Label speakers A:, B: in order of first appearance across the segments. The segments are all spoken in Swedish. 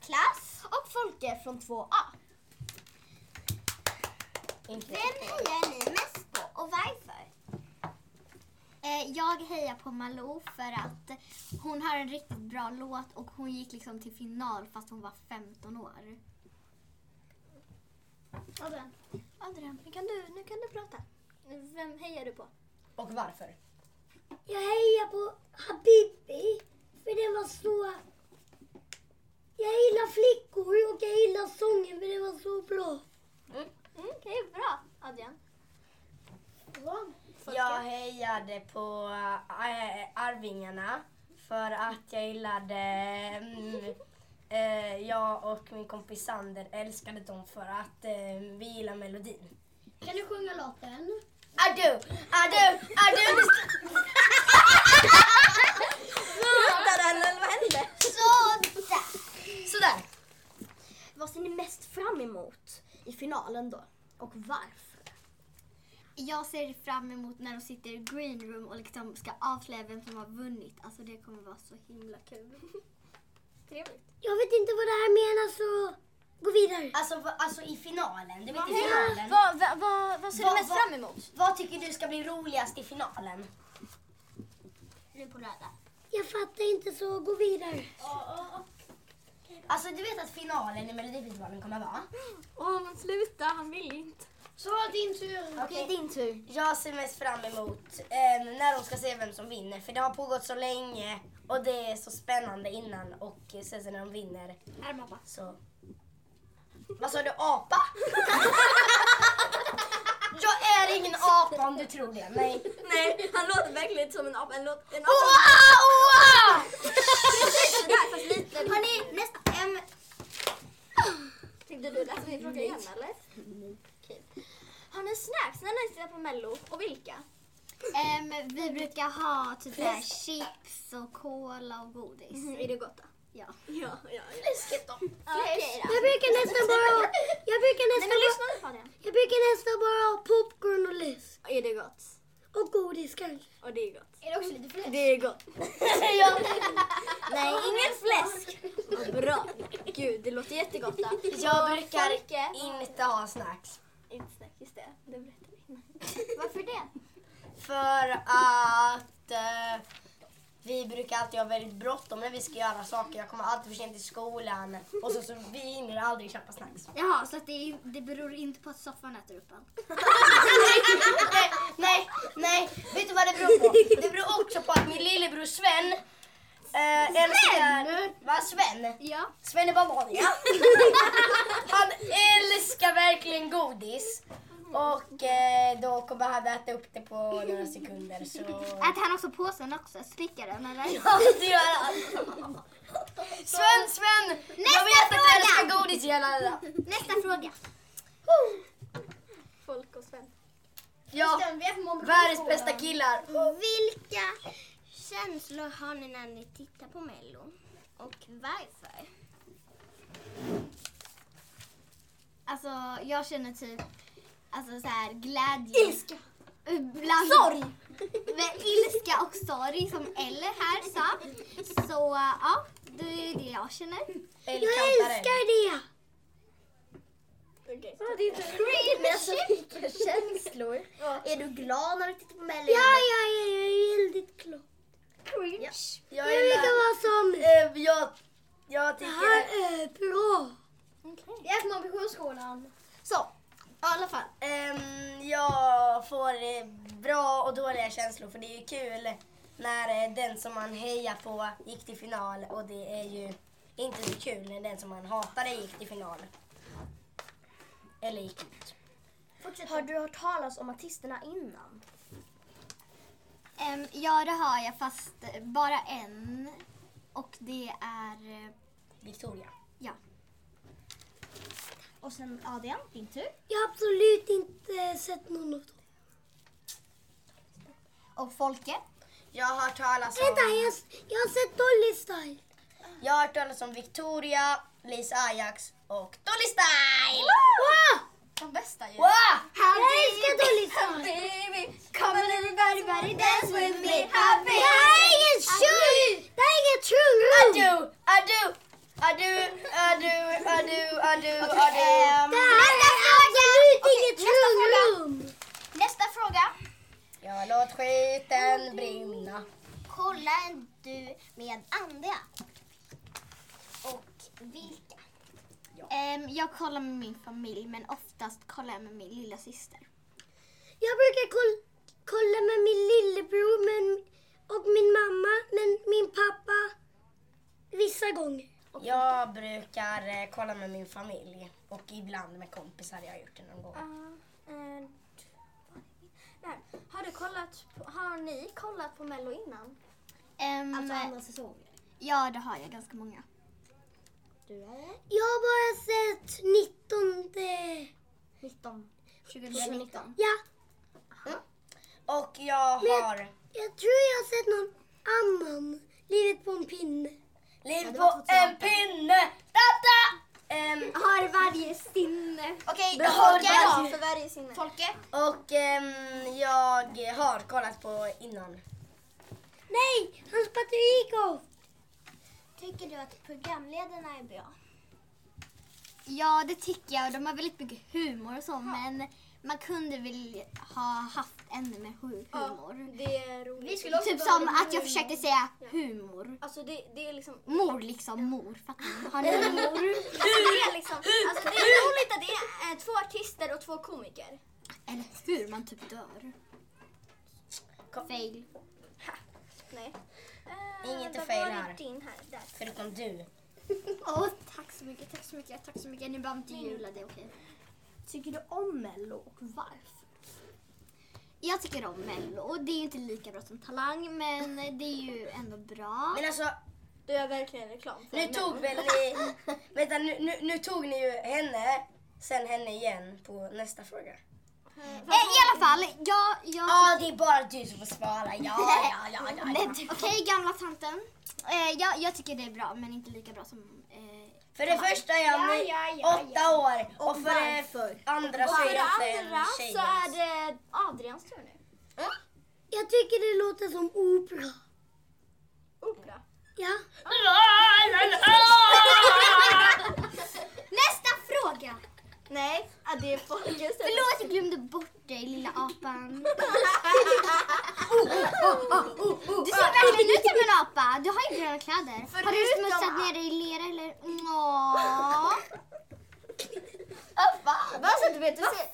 A: klass.
B: Och Folke från 2A. Inte.
A: Vem hejar ni mest på och varför?
C: Eh, jag hejar på Malou för att hon har en riktigt bra låt och hon gick liksom till final fast hon var 15 år.
B: Adrian, Adrian nu, kan du, nu kan du prata. Vem hejar du på?
D: Och varför?
E: Jag hejar på Habibi, för den var så... Jag gillar flickor och jag gillar sången för den var så bra.
B: Mm, Okej, bra Adrian.
D: Jag hejade på eh, Arvingarna för att jag gillade... Mm, eh, jag och min kompis Sander älskade dem för att eh, vi gillar melodin.
E: Kan du sjunga låten?
D: Adu, adu, adu... Vad hände?
A: Sådär!
D: Sådär.
B: Vad ser ni mest fram emot i finalen då? Och varför?
C: Jag ser fram emot när de sitter i green room och liksom ska avslöja vem som har vunnit. Alltså det kommer vara så himla kul.
B: Trevligt.
E: Jag vet inte vad det här menas så gå vidare.
D: Alltså, va- alltså i finalen, du vet i
B: Vad
D: finalen.
B: vad- vad- vad ser
D: Vad-
B: du mest
D: vad-
B: fram emot?
D: Vad tycker du ska bli roligast i finalen?
A: Nu på lördag.
E: Jag fattar inte så gå vidare.
D: Alltså du vet att finalen i Melodifestivalen kommer vara?
B: Åh, men sluta, han vill inte.
E: Så din tur.
D: Okej.
B: din tur.
D: Jag ser mest fram emot eh, när de ska se vem som vinner för det har pågått så länge och det är så spännande innan och eh, sen så när de vinner
E: Här mamma.
D: så... Vad sa du? Apa? jag är ingen apa om du tror det. Nej.
B: Nej, han låter verkligen som en apa. En, låt, en apa.
A: Hörni, nästa ämne.
B: Tänkte du läsa min fråga igen eller? Okej. Har ni snacks när ni tittar på mello och vilka?
C: Ehm, vi brukar ha typ så här chips och cola och godis.
B: Är det gott då?
C: Ja.
B: Ja, ja, ja. Fläsket då. Okej då.
E: Jag brukar nästan bara... Jag brukar
B: Nej men
E: nästan bara...
B: lyssna nu på det.
E: Jag brukar nästan bara ha popcorn och läsk.
B: Är det gott?
E: Och godis kanske.
B: Och det är gott.
A: Är det också lite fläsk?
B: Det är gott. Nej, inget fläsk. Vad bra. Gud, det låter jättegott. Då.
D: Jag brukar
B: Folke.
D: inte ha snacks.
B: Inte snack, just det. Du berättade innan.
A: Varför det?
D: För att eh, vi brukar alltid ha väldigt bråttom när vi ska göra saker. Jag kommer alltid för sent till skolan och så, så vi hinner aldrig köpa snacks.
C: Jaha, så att det, det beror inte på att soffan äter upp allt.
D: nej, nej, nej. Vet du vad det beror på? Det beror också på att min lillebror Sven eh, älskar... Va, Sven?
C: Ja.
D: Sven är banan, ja. Han älskar verkligen godis. Och eh, då kommer han äta upp det på några sekunder. Så...
C: Äter han också påsen också? Slickar den eller?
D: Ja, det gör han. Sven, Sven! jag vet att du älskar godis. Jalla.
C: Nästa fråga.
B: Folk och Sven.
D: Ja, världens bästa killar.
A: Vilka känslor har ni när ni tittar på Mello? Och varför?
C: Alltså jag känner typ alltså så här, glädje. Ilska. Bland, sorg. ilska och sorg som Eller här sa. Så ja, det är det jag känner.
D: Jag
E: Jag älskar det!
B: Okej.
A: Vilka känslor? Är du glad när du tittar på Mello?
E: Ja, ja, ja, jag är väldigt glad.
D: Jag
E: Jag vet inte
D: gillar...
E: vad som...
D: Eh, Jag, jag
E: Det
D: tycker...
E: här är bra.
B: Okej.
A: Det är från Ambitionsskolan. Så, i alla fall.
D: Ehm, jag får eh, bra och dåliga känslor för det är ju kul när eh, den som man hejar på gick till final och det är ju inte så kul när den som man hatade gick till final. Eller gick ut.
A: Har du hört talas om artisterna innan?
C: Ehm, ja det har jag fast bara en. Och det är eh,
D: Victoria.
A: Och sen Adrian, din tur.
E: Jag har absolut inte sett någon av dem.
A: Och Folke.
D: Jag har hört talas
E: Vänta,
D: om,
E: jag, jag har sett Dolly Style.
D: jag har hört talas om Victoria, Lisa Ajax och Dolly Style!
B: De bästa ju.
D: Wow!
E: Jag älskar Dolly Style.
B: Baby!
A: Come on everybody, everybody dance with me, happy!
E: Det här är ingen tjur! Det här är ingen tjurroom!
D: Adu, adu, adu, adu, adu, adu, adu.
A: Um,
C: Ehm,
E: Nästa fråga! Absolut inget
C: nästa fråga.
E: rum!
C: nästa fråga.
D: Ja, låt skiten brinna.
C: Kollar du med andra? Och vilka? Ehm, jag kollar med min familj, men oftast kollar jag med min lilla syster.
E: Jag brukar koll- kolla med min lillebror men, och min mamma, men min pappa vissa gånger.
D: Jag brukar eh, kolla med min familj och ibland med kompisar. Jag har gjort det någon gång.
B: Eh, där. Har, du kollat på, har ni kollat på Mello innan?
C: Ehm,
B: Alltså,
E: Alltså, säsonger.
C: ja, det har jag ganska många.
E: Jag har bara sett 19...
B: 19.
C: 2019.
E: Ja,
A: Ah.
D: Och jag har
E: jag tror jag har sett någon annan. Livet på en pinne.
D: liv på en pinne. Tata! Ehm,
E: Har varje sinne.
C: Okej,
B: Bra
C: Folke.
B: för varje sinne.
C: Folke.
D: och ehm, jag har kollat på innan.
E: Nej, Hans Patrikov!
B: Tycker du att programledarna är bra?
C: Ja, det tycker jag. De har väldigt mycket humor och så, men man kunde väl ha haft ännu mer hu- humor.
B: Det är roligt.
C: Vi skulle typ som att jag försökte säga humor.
B: Alltså det, det är liksom...
C: Mor liksom, mor. Fattar ni? Har ni mor?
B: Alltså det är liksom... Alltså det är roligt att det är eh, två artister och två komiker.
C: Eller hur man typ dör. Fail.
B: Nej. Eh,
D: Inget är
B: är
D: fel
B: Var
D: här.
B: är din här? Där.
D: Förutom du.
C: Åh, tack så mycket, tack så mycket, tack så mycket. Ni behöver inte jula, det är okej.
E: Tycker du om Mello och varför?
C: Jag tycker om Mello och det är ju inte lika bra som Talang, men det är ju ändå bra.
D: Men alltså,
B: Du gör verkligen reklam för
D: nu
B: mig.
D: tog väl ni... Vänta, nu, nu, nu tog ni ju henne, sen henne igen på nästa fråga.
C: Eh, I alla fall, jag... jag
D: Ja, det är bara du som får svara. Ja, ja, ja, ja. ja.
C: Okej, gamla tanten. Eh, jag, jag tycker det är bra, men inte lika bra som... Eh,
D: För det första är jag nu åtta år och, för det andra så
B: För
D: är
B: det
D: jag sen
B: andra så är
D: tjejens.
B: det Adrians tur nu.
E: Jag tycker det låter som opera.
B: Opera.
E: Ja.
C: Nästa fråga!
B: Nej, ah, det är Folkets tur.
C: Förlåt, jag glömde bort dig, lilla apan. Du ser verkligen ut som en apa. Du har ju gröna kläder. Har du
B: Förutom
C: smutsat
B: att-
C: ner dig i lera eller? Åh.
B: Bara så att du vet. Du ser...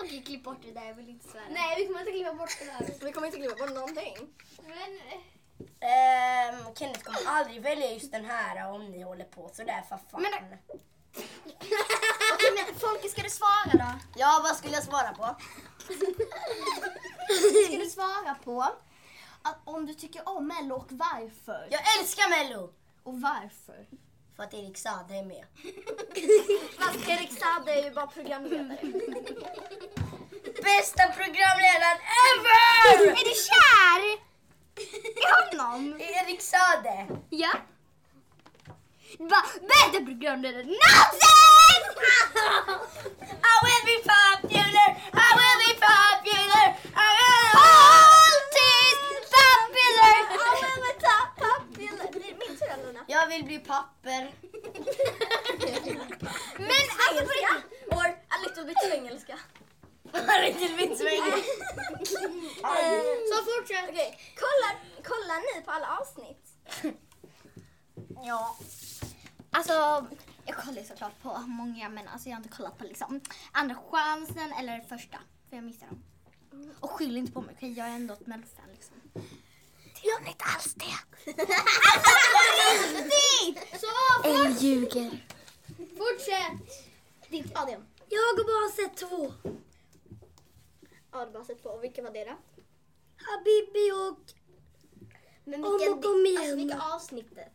C: Okej, klipp bort det där. Jag vill inte svära.
B: Nej, vi kommer inte klippa bort det där. Vi kommer inte klippa bort någonting.
D: Ehm, Kenneth kommer aldrig välja just den här om ni håller på sådär för fan.
C: Men- Okej, men Folke, ska du svara då?
D: Ja, vad skulle jag svara på?
C: Ska du svara på att om du tycker om Mello och varför?
D: Jag älskar Mello!
C: Och varför?
D: För att Erik Saade är med.
B: Fast Erik Saade är ju bara programledare.
D: Bästa programledaren ever!
C: Är du kär i honom?
D: Erik Saade!
C: Ja. Du bara, bästa programledare någonsin!
D: I will be popular! I will be popular! I will...
C: Alltid popular!
B: Det är min tur Alina.
D: Jag vill bli papper.
C: Men alltså på riktigt,
B: Or a little bit engelska.
D: Riktigt vitsvängig.
B: Så fortsätt. Eh, Okej, kollar, kollar ni på alla avsnitt?
D: Ja.
C: alltså jag kollar ju såklart på många men alltså jag har inte kollat på liksom andra chansen eller första för jag missar dem. Och skyll inte på mig okej jag är ändå ett mellofan liksom. Jag är inte alls det.
B: Så
C: Eller ljuger.
B: fortsätt.
C: Ditt Adrian.
E: Jag har bara sett två.
B: Ja, du har bara sett på. Vilka var det då?
E: Habibi och
B: Men
E: Om och om igen.
B: Alltså, vilka avsnittet?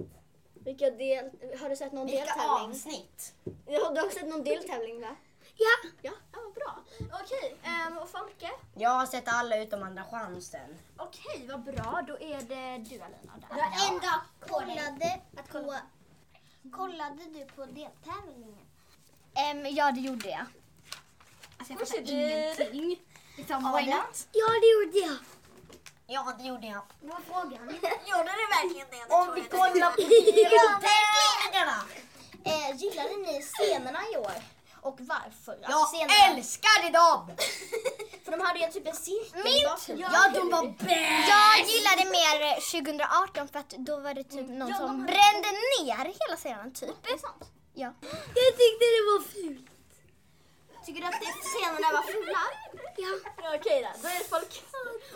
B: Vilka del, har du sett någon deltävling?
D: avsnitt?
B: Ja, du har sett någon deltävling va?
E: Ja,
B: Ja, ja vad bra. Okej, ehm, och Folke?
D: Jag har sett alla utom Andra chansen.
B: Okej, vad bra. Då är det du Alina där.
C: Ja.
B: Ja.
C: En dag
B: kollade på-
C: Kollade du på deltävlingen? ja, det gjorde jag. Alltså jag
B: Oj,
C: fattar
B: du-
C: ingenting. Liksom,
D: Ada?
C: why not?
E: ja det gjorde jag.
D: Ja, det gjorde jag.
B: Gjorde du verkligen det?
D: Om vi kollar på deltävlingarna!
C: Eh,
A: scenerna i år och varför.
D: Jag
A: Alltså, scenerna-
D: älskade dem!
A: För de hade ju typ en cirkel i bakgrunden.
D: Ja, de var bäst!
A: Jag gillade mer eh, 2018 för att då var det typ
C: Mm.
A: någon som brände ner hela scenen typ.
C: Det är sant.
A: Ja.
E: Jag tyckte det var fult.
C: Tycker du att det- scenerna var fula?
B: Okej då, då är det folk.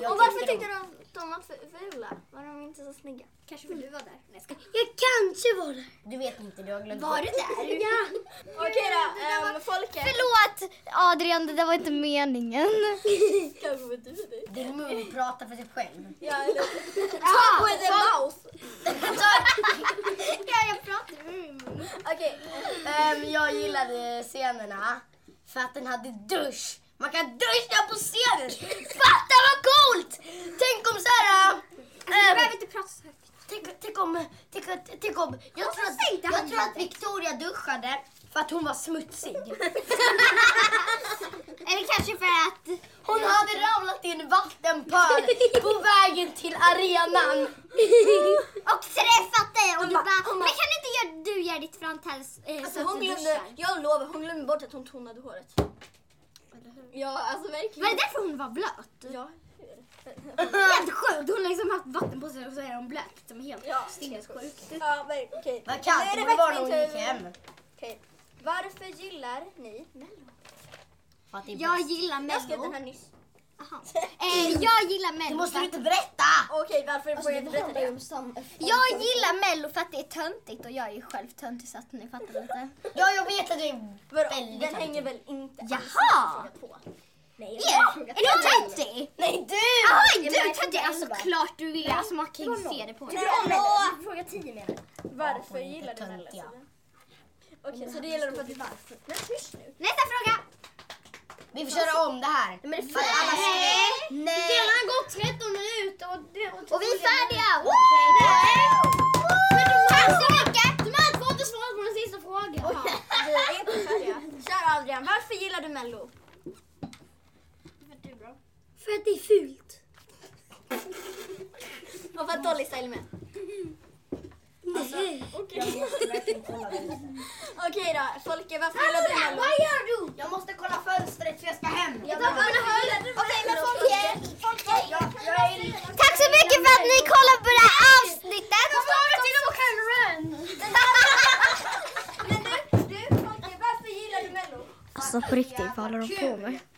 D: Jag
B: och varför
D: tyckte
B: tyckte du att de var fu- fula? Var de inte så snygga?
C: Kanske vill du vara där. Nej, ska.
E: Jag kanske var där.
D: Du vet inte, du har glömt
C: Var
D: bort.
C: du där?
E: Ja.
B: Okej då, ehm, folket.
A: Förlåt Adrian, det där var inte meningen.
B: Kanske var du det?
D: Din mun pratar för sig själv.
B: Ja, eller... Talk with the mouth.
C: Ja, jag pratar mm.
B: Okej.
D: Ehm, jag gillade scenerna för att den hade dusch. Man kan duscha på scenen! Fatta vad coolt! Tänk om så här...
C: Du
D: ehm,
C: behöver inte prata så högt.
D: tänk, tänk om... Tänk, tänk om jag tror, att, jag tror att Victoria duschade för att hon var smutsig.
C: Eller kanske för att...
D: Hon hade ramlat i en vattenpöl på vägen till arenan.
C: Och träffat dig och du bara, men kan inte gör, du göra ditt fronthals eh,
B: Alltså
C: så att
B: hon
C: du
B: glömde,
C: duschar?
B: jag lovar, hon glömde bort att hon tonade håret. Ja, alltså
C: Var det
B: verkligen.
C: därför hon var blöt?
B: Ja.
C: Helt sjukt! Hon har liksom haft vatten på sig och så är hon blöt. Liksom helt
B: Ja.
C: sinnessjukt.
B: Ja, men okej.
D: Vad kallt
B: Nu är
D: det borde vara när hon
B: faktiskt min
D: gick
B: tur.
D: hem.
B: Okej. Varför gillar ni Mello?
D: För att det är
C: Jag
D: bäst.
C: gillar
B: Jag skrev
C: Mello.
B: den här nyss.
C: Jaha. Eh, jag gillar
D: Det
C: Mello.
D: måste
C: för
D: du
C: att-
D: inte berätta!
B: Okej, varför får jag inte berätta Alltså, det?
A: Jag gillar mello för att det är töntigt och jag är ju själv töntig så att ni fattar lite.
D: Ja, jag vet att du är
B: Vadå?
D: väldigt
B: Den
D: töntig.
B: hänger väl inte
C: Jaha!
B: på?
C: Er, är du töntig?
D: Nej, du!
C: Jaha, är du töntig? Alltså klart du är. Alltså man kan ju se det på dig.
D: Fråga 10 menar
B: Varför
D: Hon är
B: gillar du Mello?
D: töntig, ja.
B: Okej, så det gillar du för att du varför? Men tyst nu.
C: Nästa fråga!
D: Vi får köra om det här. Men det
C: Nej! Det har gått 13 minuter och, och,
A: Och vi är färdiga!
C: Tack så mycket! De här två har inte svarat på den sista frågan.
B: Vi är inte färdiga. Kära Adrian, varför gillar du Mello?
E: För att det är fult.
B: Och för att Dolly Style är med.
E: Nej.
B: Okej då, Folke, varför gillar du Mello?
D: Jag måste kolla fönstret för jag ska hem.
B: Jag tar bara höll. Okej, men Folke.
A: Tack så mycket för att ni kollade på det här avsnittet!
B: Men du, du Folke, varför gillar du Mello?
A: Alltså på riktigt, vad håller de på med?